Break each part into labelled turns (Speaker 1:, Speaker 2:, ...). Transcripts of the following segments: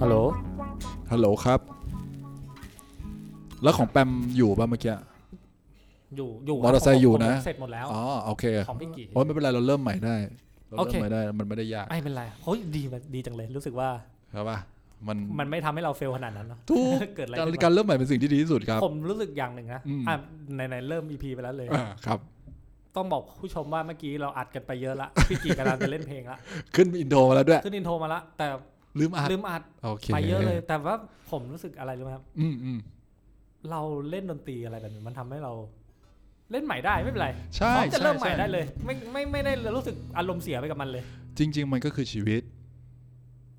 Speaker 1: ฮัลโหล
Speaker 2: ฮัลโหลครับ แล้วของแปมอยู่ป่ะเมื่อกี้
Speaker 1: อยู่ อยู่
Speaker 2: มอเตอร์ไซค์อยู่นะ
Speaker 1: เสร็จหมดแล้ว
Speaker 2: อ๋อโอเค
Speaker 1: ของพี่กี่
Speaker 2: โอ้ยไม่เป็นไรเราเริ่มใหม่ได้ เรา
Speaker 1: โอ
Speaker 2: เริ่
Speaker 1: เค
Speaker 2: มใหม่ได้มันไม่ได้ยาก
Speaker 1: ไม่เป็นไรเฮ้ยดีแบบดีจังเลย รู้สึกว่า
Speaker 2: ครับป่ะมัน
Speaker 1: มันไม่ทำให้เราเฟลขนาดนั้นเนอะ
Speaker 2: ทุก
Speaker 1: เกิดอะไร
Speaker 2: การ
Speaker 1: ขึ้นวะ
Speaker 2: การเริ่มใหม่เป็นสิ่งที่ดีที่สุดครับ
Speaker 1: ผมรู้สึกอย่างหนึ่งนะ
Speaker 2: อืม
Speaker 1: อ่ะไหนๆเริ่ม EP ไปแล้วเลย
Speaker 2: อ่าครับ
Speaker 1: ต้องบอกผู้ชมว่าเมื่อกี้เราอัดกันไปเย อะละ พี่กีกำลังจะเล่นเพลงละ
Speaker 2: ขึ้นอินโทรมาแล้วด้วย
Speaker 1: ขึ้นอินโทรมาละ แต่
Speaker 2: ลืมอ่าน
Speaker 1: ลืมอัด
Speaker 2: โอเค
Speaker 1: ไปเยอะเลย แต่ว่าผมรู้สึกอะไรรู้ไหมครับ
Speaker 2: อืมอืม
Speaker 1: เราเล่นดนตรีอะไรแบบนี้มันทำให้เรา เล่นใหม่ได้ไม่เป็นไร
Speaker 2: ใช่
Speaker 1: พร้อมจะ
Speaker 2: ใช่
Speaker 1: เริ่มใหม่
Speaker 2: ช่
Speaker 1: ได้เลย ไม่ไม่ไม่ได้รู้สึกอารมณ์เสียไปกับมันเลย
Speaker 2: จริง ๆ มันก็คือชีวิต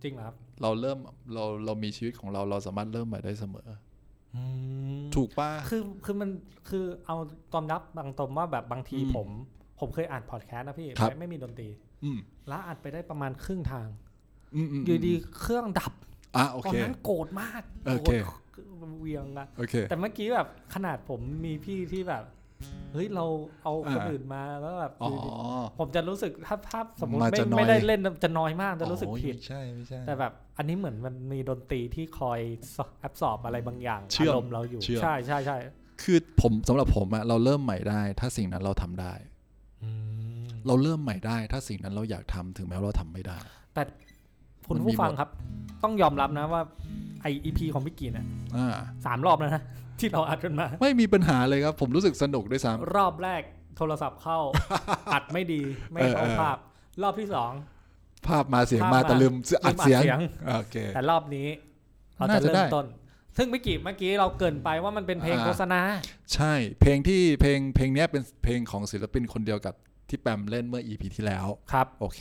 Speaker 1: จริงเหรอครับ
Speaker 2: เราเริ่มเราเรามีชีวิตของเราเราสามารถเริ่มใหม่ได้เสมอ ถูกป่ะ
Speaker 1: คือคือมันคือเอาตอมรับบางตอมว่าแบบบางที
Speaker 2: อืม
Speaker 1: ผม ผมเคยอ่านพอดแคสต์นะพี่
Speaker 2: ครับ
Speaker 1: ไม่ไม่มีดนตรี
Speaker 2: อืม
Speaker 1: แล้วอัดไปได้ประมาณครึ่งทาง
Speaker 2: อืมอืม
Speaker 1: อยู่ดีเครื่องดับ
Speaker 2: อ่ะโอ
Speaker 1: ตอน
Speaker 2: เค
Speaker 1: นั้นโกรธมาก
Speaker 2: โอ
Speaker 1: โก
Speaker 2: เค
Speaker 1: รธเวียงอะ
Speaker 2: โอเค
Speaker 1: แต่เมื่อกี้แบบขนาดผมมีพี่ที่แบบเฮ้ยเราเอาคน
Speaker 2: อ่า
Speaker 1: อื่นมาแล้วแบบ
Speaker 2: อ๋อ
Speaker 1: ผมจะรู้สึกถ้าภาพสมมติ
Speaker 2: มา
Speaker 1: ไม่
Speaker 2: จะน้อย
Speaker 1: ไม่ได้เล่นจะน้อยมากจะรู้สึก
Speaker 2: โอ้ย
Speaker 1: ผิด
Speaker 2: ไม่ใช่ไม่ใช่
Speaker 1: แต่แบบอันนี้เหมือนมันมีดนตรีที่คอยแอบสอบอะไรบางอย่าง
Speaker 2: เชื่อม
Speaker 1: อารมณ์เราอยู่
Speaker 2: เชื่อม
Speaker 1: ใช่ใช่ใช่
Speaker 2: คือผมสำหรับผมอะเราเริ่มใหม่ได้ ถ้าสิ่งนั้นเราทำได้ เราเริ่มใหม่ได้ ถ้าสิ่งนั้นเราอยากทำถึงแม้ว่าเราทำไม่ได้
Speaker 1: แต่คุณ
Speaker 2: มันมี
Speaker 1: ผู้ฟัง
Speaker 2: หมด
Speaker 1: ครับ ต้องยอมรับนะว่าไออีพีของพี่กีเนี่ย
Speaker 2: อ่า
Speaker 1: สามรอบแล้วนะ ที่เราอัดกันมา
Speaker 2: ไม่มีปัญหาเลยครับ ผมรู้สึกสนุกด้วยซ้
Speaker 1: รอบแรกโทรศัพท์ เข้า อัดไม่ดีไม่เข้า
Speaker 2: เออเออ
Speaker 1: ภาพ รอบที่สอง
Speaker 2: ำภาพมาเสียง
Speaker 1: ภาพ
Speaker 2: มา
Speaker 1: มา
Speaker 2: แต่ลืมอัดเสียง
Speaker 1: เริ่ม
Speaker 2: โอเค
Speaker 1: แต่รอบนี้ เราจะ
Speaker 2: น่าจะ
Speaker 1: เริ่
Speaker 2: ได้
Speaker 1: มต้น ซึ่งไม่กี่เมื่อกี้เราเกรินไปว่ามันเป็นเพลง
Speaker 2: อ่า
Speaker 1: โฆษณา
Speaker 2: ใช่ เพลงที่เพลงเพลงเนี้ยเป็นเพลงของศิลปินคนเดียวกับที่แปมเล่นเมื่อ EP ที่แล้ว
Speaker 1: ครับ
Speaker 2: โอเค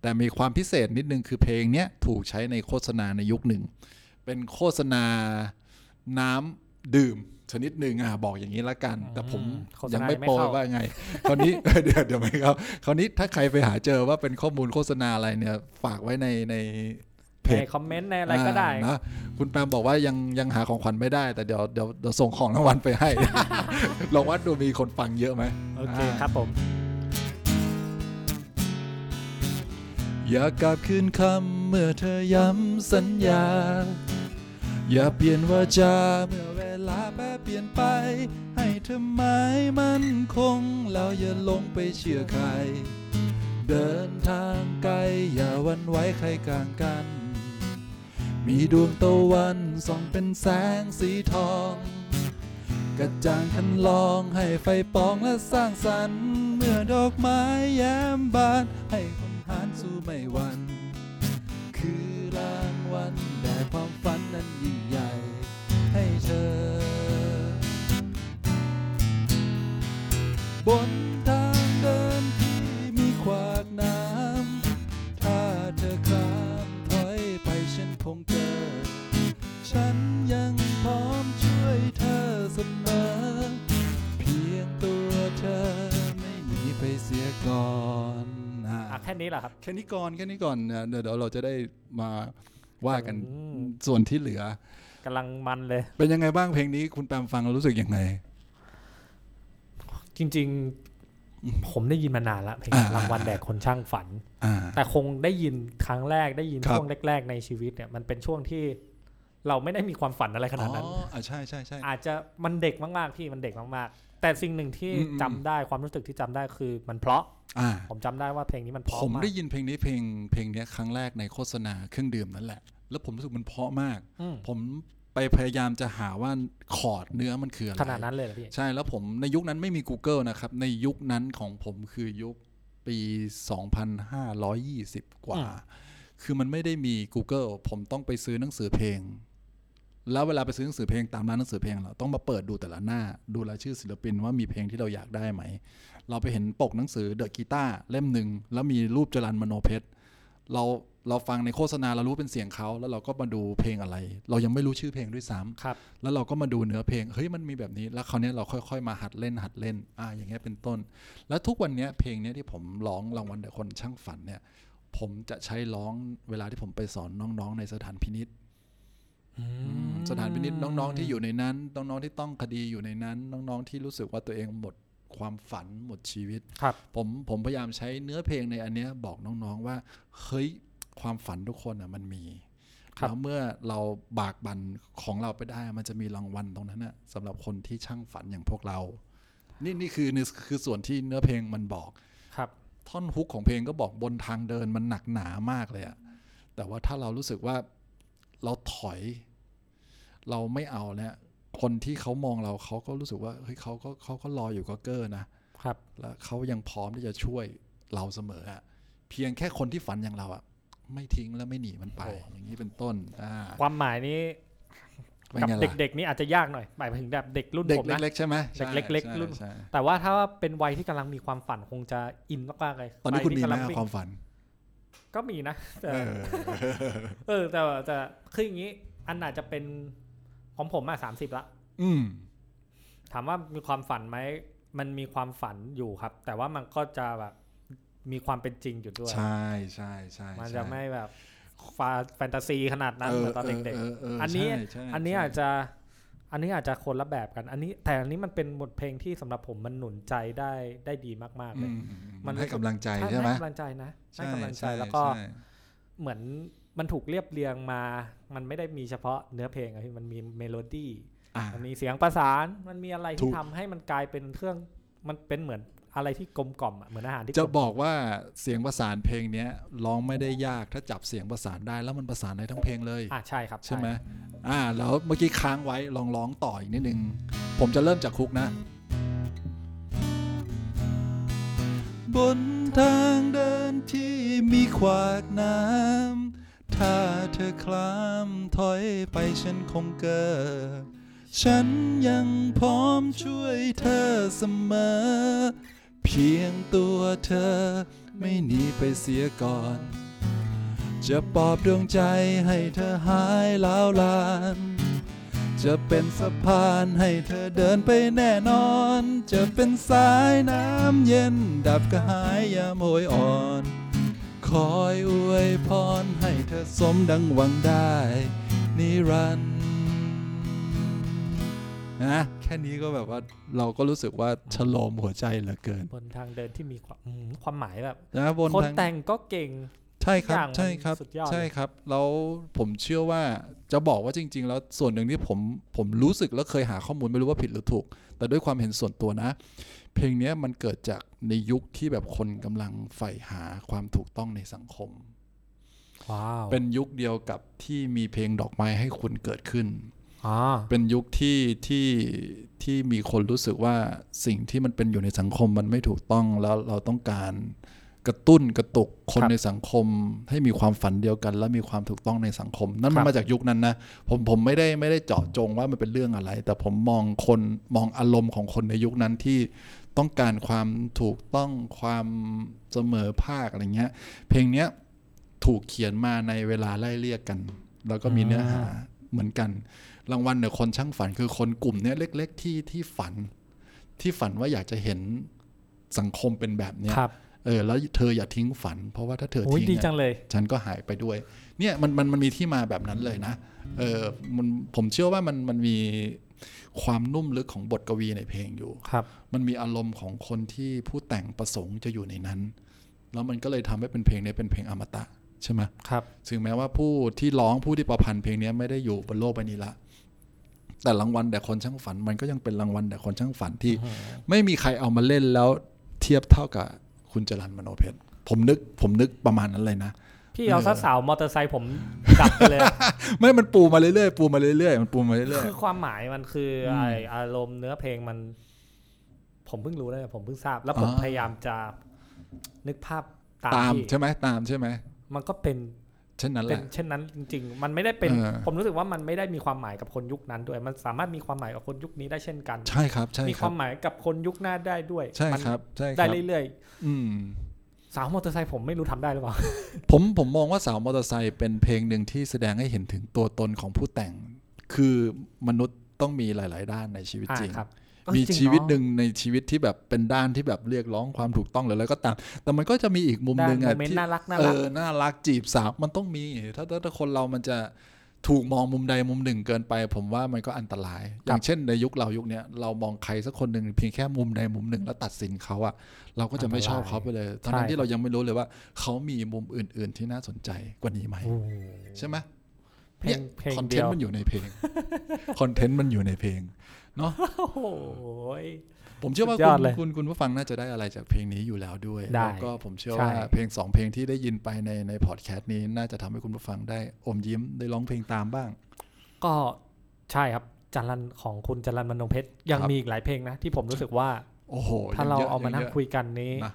Speaker 2: แต่มีความพิเศษนิดนึงคือเพลงเนี้ยถูกใช้ในโฆษณาในยุคหนึ่ง เป็นโฆษณาน้ำดื่มชนิดหนึ่งอ่ะบอกอย่างนี้ละกัน
Speaker 1: อืม
Speaker 2: แต่ผม
Speaker 1: โฆษณายั
Speaker 2: ยังไม่
Speaker 1: งไม่
Speaker 2: โปรย
Speaker 1: เข้า
Speaker 2: ว่าไง คราวนี้ เดี๋ยวเดี๋ยวไม่ครับ คราวนี้ถ้าใครไปหาเจอว่าเป็นข้อมูลโฆษณาอะไรเนี่ย ฝากไว้ในในเพจ
Speaker 1: ในคอมเมนต์ในอะไรก็ได้
Speaker 2: อ่านะคุณแปมบอกว่ายังยังหาของขวัญไม่ได้ แต่เดี๋ยวเดี๋ยวเดี๋ยวส่งของรางวัลไปให้ ลองวัดดูมีคนฟังเยอะไหม
Speaker 1: โอเค
Speaker 2: อ่า
Speaker 1: ครับผม
Speaker 2: อยากกลับคืนคำเมื่อเธอย้ำสัญญา อย่าเปลี่ยนว่าจาเมื่อเวลาแปรเปลี่ยนไป ให้เธอหมายมั่นคง แล้วอย่าหลงไปเชื่อใคร เดินทางไกล อย่าหวันไหว้ใครกลางกัน มีดวงตะวันส่องเป็นแสงสีทอง กระจ่างคันลองให้ไฟปองและสร้างสรรค์ เมื่อดอกไม้แย้มบาน ให้คนหานสู้ไม่หวัน คือรางวัลแด่ความฝันนั้นยิ่งใหญ่ ให้เธอ บนทางเดินที่มีขวากน้ำ ถ้าเธอข้ามถอยไปฉันคงเจอ ฉันยังพร้อมช่วยเธอเสมอ เพียงตัวเธอไม่หนีไปเสียก่อนอ่ะ
Speaker 1: อ่ะแค่นี้แหละครับ
Speaker 2: แค่นี้ก่อนแค่นี้ก่อนนะเดี๋ยวเดี๋ยวเราจะได้มาว่ากัน
Speaker 1: อืม
Speaker 2: ส่วนที่เหลือ
Speaker 1: กำลังมันเลย
Speaker 2: เป็นยังไงบ้างเพลงนี้คุณแปมฟังแล้วรู้สึกยังไง
Speaker 1: จริง ๆ ผมได้ยินมานานละเพลง
Speaker 2: อ่าร
Speaker 1: างวัลแดกคนช่างฝัน
Speaker 2: อ่า
Speaker 1: แต่คงได้ยินครั้งแรกได้ยิน
Speaker 2: ครับ
Speaker 1: ช่วงแรก ๆ ในชีวิตเนี่ยมันเป็นช่วงที่ เราไม่ได้มีความฝันอะไรขนาดนั้น
Speaker 2: อ๋ออ่ะใช่ใช่ใช่
Speaker 1: อาจจะมันเด็กมากๆพี่มันเด็กมากๆ แต่สิ่งหนึ่งที่
Speaker 2: อืมอืม
Speaker 1: จำได้ความรู้สึกที่จำได้คือมันเพราะ
Speaker 2: อ่า
Speaker 1: ผมจำได้ว่าเพลงนี้มันเพราะ
Speaker 2: ผม
Speaker 1: มาก
Speaker 2: ได้ยินเพลงนี้เพลงเพลงเนี้ยครั้งแรกในโฆษณาเครื่องดื่มนั่นแหละ แล้วผมรู้สึกมันเพราะมาก
Speaker 1: อืม
Speaker 2: ผมไปพยายามจะหาว่าคอร์ดเนื้อมันคืออะไร
Speaker 1: ขนาดนั้นเลยเหรอพี่
Speaker 2: ใช่แล้วผมในยุคนั้นไม่มี Google นะครับ ในยุคนั้นของผมคือยุคปี 2520 กว่า คือมันไม่ได้มี Google ผมต้องไปซื้อหนังสือเพลง แล้วเวลาไปซื้อหนังสือเพลงตามร้านหนังสือเพลงเราต้องมาเปิดดูแต่ละหน้า ดูรายชื่อศิลปินว่ามีเพลงที่เราอยากได้ไหม เราไปเห็นปกหนังสือเดอะกีตาร์เล่มหนึ่งแล้วมีรูปจรันมโนเพชรเราเราฟังในโฆษณาเรารู้เป็นเสียงเขาแล้วเราก็มาดูเพลงอะไร เรายังไม่รู้ชื่อเพลงด้วยซ้ำ
Speaker 1: ครับ
Speaker 2: แล้วเราก็มาดูเนื้อเพลง เฮ้ย มันมีแบบนี้ แล้วคราวเนี้ยเราค่อยๆ มาหัดเล่นหัดเล่น อ่า อย่างเงี้ยเป็นต้น แล้วทุกวันเนี้ยเพลงเนี้ยที่ผมร้องรางวัลเดอะคนช่างฝันเนี่ย ผมจะใช้ร้องเวลาที่ผมไปสอนน้องๆ ในสถานพินิษสถานพินิษน้องๆ ที่อยู่ในนั้น น้องๆ ที่ต้องคดีอยู่ในนั้น น้องๆ ที่รู้สึกว่าตัวเองหมดความฝันหมดชีวิต
Speaker 1: ครับ
Speaker 2: ผมผมพยายามใช้เนื้อเพลงในอันเนี้ยบอกน้องๆว่า เฮ้ย ความฝันทุกคนอ่ะมันมี
Speaker 1: ครับ
Speaker 2: แล้วเมื่อเราบากบันของเราไปได้มันจะมีรางวัลตรงนั้นน่ะสำหรับคนที่ช่างฝันอย่างพวกเรา นี่นี่คือนี่คือส่วนที่เนื้อเพลงมันบอก
Speaker 1: ครับ
Speaker 2: ท่อนฮุกของเพลงก็บอกบนทางเดินมันหนักหนามากเลยอะแต่ว่าถ้าเรารู้สึกว่าเราถอย เราไม่เอาแล้วคนที่เขามองเราเขาก็รู้สึกว่าเฮ้ยเขาก็เขาก็รออยู่ก็เกอร์นะ
Speaker 1: ครับ
Speaker 2: และเขายังพร้อมที่จะช่วยเราเสมออะเพียงแค่คนที่ฝันอย่างเราอะไม่ทิ้งและไม่หนีมันไป
Speaker 1: โอ้
Speaker 2: อย่างนี้เป็นต้นอ่า
Speaker 1: ความหมายนี้
Speaker 2: เป็น
Speaker 1: กับ
Speaker 2: ไงล่ะ
Speaker 1: เด็กๆนี่อาจจะยากหน่อยหมายถึงแบบเด็กรุ่น
Speaker 2: เด็ก
Speaker 1: ผมนะ
Speaker 2: เล็กๆใช่ไหมใช่
Speaker 1: เด็กเล็กๆ
Speaker 2: ใช่
Speaker 1: รุ่น
Speaker 2: ใช่
Speaker 1: แต่ว่าถ้าเป็นวัยที่กำลังมีความฝันคงจะอินมากๆเลย
Speaker 2: ตอนนี้
Speaker 1: วัย
Speaker 2: คุณมี
Speaker 1: ที่
Speaker 2: ไหม
Speaker 1: กำลัง
Speaker 2: ความฝัน
Speaker 1: ก็มีนะแต่
Speaker 2: เออ
Speaker 1: เออแต่ว่าแต่คืออย่างนี้ อันอาจจะเป็นของผมอ่ะสามสิบละ
Speaker 2: อืม
Speaker 1: ถามว่ามีความฝันไหม มันมีความฝันอยู่ครับ แต่ว่ามันก็จะแบบมีความเป็นจริงอยู่ด้วย
Speaker 2: ใช่ใช่ใช่
Speaker 1: มัน
Speaker 2: ใช่
Speaker 1: จะไม่แบบฟาแฟนตาซีขนาดนั้นเหมือนตอนเด็ก อันนี้
Speaker 2: ใช่ใช่
Speaker 1: ๆ อันนี้อาจจะ อันนี้อาจจะคนละแบบกัน อันนี้แต่อันนี้มันเป็นบทเพลงที่สำหรับผมมันหนุนใจได้ได้ดีมากๆเล
Speaker 2: อื
Speaker 1: ย
Speaker 2: ม
Speaker 1: มั
Speaker 2: มัน
Speaker 1: น
Speaker 2: ให้กำลังใจ
Speaker 1: ถ้า
Speaker 2: ใช่ไหม
Speaker 1: ห้กำลังใจนะให้กำลังใจแล้วก็
Speaker 2: ใช่
Speaker 1: เหมือนมันถูกเรียบเรียงมา มันไม่ได้มีเฉพาะเนื้อเพลงอะพี่มันมีเมโลดี้
Speaker 2: อ่ะ
Speaker 1: มันมีเสียงประสาน มันมีอะไร
Speaker 2: ถู
Speaker 1: ที่
Speaker 2: ก
Speaker 1: ทำให้มันกลายเป็นเครื่อง มันเป็นเหมือนอะไรที่กลมกล่อมอะเหมือนอาหารที่
Speaker 2: จะ
Speaker 1: กลม
Speaker 2: บอกว่าเสียงประสานเพลงเนี้ยร้องไม่ได้ยากถ้าจับเสียงประสานได้แล้วมันประสานได้ทั้งเพลงเลย
Speaker 1: อ่ะใช่ครับ
Speaker 2: ใช่ไหมอ่า แล้วเมื่อกี้ค้างไว้ ลองร้องต่ออีกนิดนึง ผมจะเริ่มจากคุกนะ บนทางเดินที่มีขวากน้ำ ถ้าเธอคลามถอยไปฉันคงเกิด ฉันยังพร้อมช่วยเธอเสมอ เพียงตัวเธอไม่หนีไปเสียก่อน จะปลอบดวงใจให้เธอหายล้าวลาน จะเป็นสะพานให้เธอเดินไปแน่นอน จะเป็นสายน้ำเย็นดับกระหายยามโหยอ่อน คอยอวยพรให้เธอสมดังหวังได้ นิรันดร์นะแค่นี้ก็แบบว่าเราก็รู้สึกว่าชโลมหัวใจเหลือเกิน
Speaker 1: บนทางเดินที่มีความอืมความหมายแบบ
Speaker 2: นะบน
Speaker 1: คน
Speaker 2: ทาง
Speaker 1: แต่งก็เก่ง
Speaker 2: ใช่ครับ
Speaker 1: ทุกอย่างมัน
Speaker 2: ใช่ครับ
Speaker 1: สุดยอดเลย
Speaker 2: ใช่ครับแล้วผมเชื่อว่าจะบอกว่าจริง ๆ แล้วส่วนหนึ่งที่ผมผมรู้สึกแล้วเคยหาข้อมูลไม่รู้ว่าผิดหรือถูก แต่ด้วยความเห็นส่วนตัวนะ เพลงเนี้ยมันเกิดจากในยุคที่แบบคนกำลังใฝ่หาความถูกต้องในสังคม
Speaker 1: ว้าว
Speaker 2: เป็นยุคเดียวกับที่มีเพลงดอกไม้ให้คุณเกิดขึ้น
Speaker 1: อ๋อ
Speaker 2: เป็นยุคที่ที่ที่มีคนรู้สึกว่าสิ่งที่มันเป็นอยู่ในสังคมมันไม่ถูกต้องแล้วเราต้องการกระตุ้นกระตุกคนในสังคม ให้มีความฝันเดียวกัน และมีความถูกต้องในสังคม นั่นมันมาจากยุคนั้นนะผมผมไม่ได้ไม่ได้เจาะจงว่ามันเป็นเรื่องอะไร แต่ผมมองคนมองอารมณ์ของคนในยุคนั้นที่ต้องการความถูกต้องความเสมอภาคอะไรเงี้ย เพลงเนี้ยถูกเขียนมาในเวลาไล่เรียกกัน แล้วก็มีเนื้อหาเหมือนกัน รางวัลเหนือคนช่างฝันคือคนกลุ่มเนี้ยเล็ก ๆ ที่ที่ฝัน ที่ฝันว่าอยากจะเห็นสังคมเป็นแบบเนี้ย
Speaker 1: ครับ
Speaker 2: เออแล้วเธออย่าทิ้งฝัน เพราะว่าถ้าเธอ
Speaker 1: โอ้ย
Speaker 2: ทิ้ง
Speaker 1: ดีจั
Speaker 2: อะ
Speaker 1: งเลย
Speaker 2: ฉันก็หายไปด้วย เนี่ยมันมันมันมีที่มาแบบนั้นเลยนะเออมันผมเชื่อว่ามันมันมีความนุ่มลึกของบทกวีในเพลงอยู่
Speaker 1: ครับ
Speaker 2: มันมีอารมณ์ของคนที่ผู้แต่งประสงค์จะอยู่ในนั้น แล้วมันก็เลยทำให้เป็นเพลงเนี้ยเป็นเพลงอมตะใช่ไหม
Speaker 1: ครับ
Speaker 2: ถึงแม้ว่าผู้ที่ร้องผู้ที่ประพันธ์เพลงเนี้ยไม่ได้อยู่บนโลกใบนี้ละ แต่รางวัลแต่คนช่างฝันมันก็ยังเป็นรางวัลแต่คนช่างฝันที่ ไม่มีใครเอามาเล่นแล้วเทียบเท่ากับคุณจรันมโนเพชรผมนึกผมนึกประมาณนั้นเลยนะ
Speaker 1: พี่เอาซะสาวมอเตอร์ไซค์ผมดับไปเลย
Speaker 2: ไม่มันปูมาเรื่อยๆปูมาเรื่อยๆมันปูมาเรื่อย
Speaker 1: คือความหมายมันคืออ
Speaker 2: ม
Speaker 1: ไออารมณ์เนื้อเพลงมัน ผมเพิ่งรู้เลยผมเพิ่งทราบ แล้วผม
Speaker 2: อ่า
Speaker 1: พยายามจะนึกภาพตาม
Speaker 2: ๆตาม
Speaker 1: พี่
Speaker 2: ใช่ไหมตามใช่ไหม
Speaker 1: มันก็เป็น
Speaker 2: เช่นนั้นแห
Speaker 1: เป็น
Speaker 2: ละ
Speaker 1: เช่นนั้นจริง ๆ มันไม่ได้เป็น
Speaker 2: เออ
Speaker 1: ผมรู้สึกว่ามันไม่ได้มีความหมายกับคนยุคนั้นด้วย มันสามารถมีความหมายกับคนยุคนี้ได้เช่นกัน
Speaker 2: ใช่ครับ ใช่
Speaker 1: มี
Speaker 2: ค
Speaker 1: ค
Speaker 2: รั
Speaker 1: วา
Speaker 2: บ
Speaker 1: มหมายกับคนยุคหน้าได้ด้วย
Speaker 2: ใช่
Speaker 1: มัน
Speaker 2: ครับ ใช่ค
Speaker 1: ได้
Speaker 2: รับ
Speaker 1: เรื่อย
Speaker 2: อืม
Speaker 1: ๆ สาวมอเตอร์ไซค์ผมไม่รู้ทำได้ห รือเปล่า
Speaker 2: ผมผมมองว่าสาวมอเตอร์ไซค์เป็นเพลงหนึ่งที่แสดงให้เห็นถึงตัวตนของผู้แต่ง คือมนุษย์ต้องมีหลาย ๆ ด้านในชีวิต
Speaker 1: อ่า
Speaker 2: จริง
Speaker 1: ครับ
Speaker 2: มี
Speaker 1: เออจริง
Speaker 2: ชีวิต
Speaker 1: เอะ
Speaker 2: หนึ่งในชีวิตที่แบบเป็นด้านที่แบบเรียกร้องความถูกต้องหรืออะไรก็ตาม แต่มันก็จะมีอีกมุมหนึ่ง
Speaker 1: ได้
Speaker 2: อะ
Speaker 1: โมเมน
Speaker 2: ที่
Speaker 1: ต์น่ารักน่า
Speaker 2: เอ
Speaker 1: รัก
Speaker 2: อน่ารักจีบสาวมันต้องมี ถ้าถ้าถ้าคนเรามันจะถูกมองมุมใดมุมหนึ่งเกินไป ผมว่ามันก็อันตราย อย่างเช่นในยุคเรายุคเนี้ยเรามองใครสักคนหนึ่งเพียงแค่มุมใดมุมหนึ่งแล้วตัดสินเขาอะเราก็จะไม่ชอบเขาไปเลยทั้งนั้นที่เรายังไม่รู้เลยว่า เขามีมุมอื่น ๆ ที่น่าสนใจกว่านี้ไหม
Speaker 1: โอ้โห
Speaker 2: ใช่ไหม
Speaker 1: เพล
Speaker 2: เนี่ย
Speaker 1: งเพลง
Speaker 2: คอนเท
Speaker 1: เดี
Speaker 2: น
Speaker 1: ยว
Speaker 2: ต์มันอยู่ในเพลงคอนเทนต์มันอยู่ในเพลง
Speaker 1: โอ้โห
Speaker 2: ผมเชื่อว่า
Speaker 1: สุดยอ
Speaker 2: คุ
Speaker 1: ด
Speaker 2: ณ
Speaker 1: เลย
Speaker 2: คุณคุณผู้ฟังน่าจะได้อะไรจากเพลงนี้อยู่แล้วด้วย
Speaker 1: ได้
Speaker 2: แล้วก็ผมเชื่อ
Speaker 1: ใช่
Speaker 2: ว่าเพลงสองเพลงที่ได้ยินไปในในพอดแคสต์นี้น่าจะทำให้คุณผู้ฟังได้อมยิ้มได้ร้องเพลงตามบ้าง
Speaker 1: ก็ใช่ครับจันรันของคุณจันรันมนงเพชรยัง
Speaker 2: ครับ
Speaker 1: มีอีกหลายเพลงนะ ที่ผมรู้สึกว่า
Speaker 2: โอ้โห
Speaker 1: ถ้าเรา
Speaker 2: ยะ
Speaker 1: เอามานั่ง
Speaker 2: ยะ
Speaker 1: คุยกันนี้
Speaker 2: นะ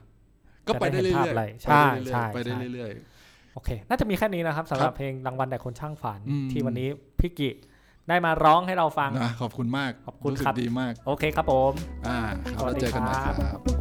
Speaker 2: ก็ไปได้
Speaker 1: จะได้
Speaker 2: เรื่
Speaker 1: เห็นภาพ
Speaker 2: อย
Speaker 1: อะไร
Speaker 2: ๆ
Speaker 1: ใช่ใช่
Speaker 2: ไปได้
Speaker 1: ใช่
Speaker 2: เรื่อยๆไปได้เรื่อย
Speaker 1: โอเค น่าจะมีแค่นี้นะครับสำห
Speaker 2: ครั
Speaker 1: รับบ เพลงรางวัลแต่คนช่างฝัน
Speaker 2: อืม
Speaker 1: ที่วันนี้พี่กิได้มาร้องให้เราฟัง
Speaker 2: ๆนะขอบคุณมาก
Speaker 1: ขอบคุณ
Speaker 2: รู้สึ
Speaker 1: ครั
Speaker 2: ก
Speaker 1: บ
Speaker 2: ดีมาก
Speaker 1: โอเคครับผม
Speaker 2: อ่าครับแล้วเจอกันใหม่
Speaker 1: สวัสดี
Speaker 2: ค
Speaker 1: ครับ
Speaker 2: รับ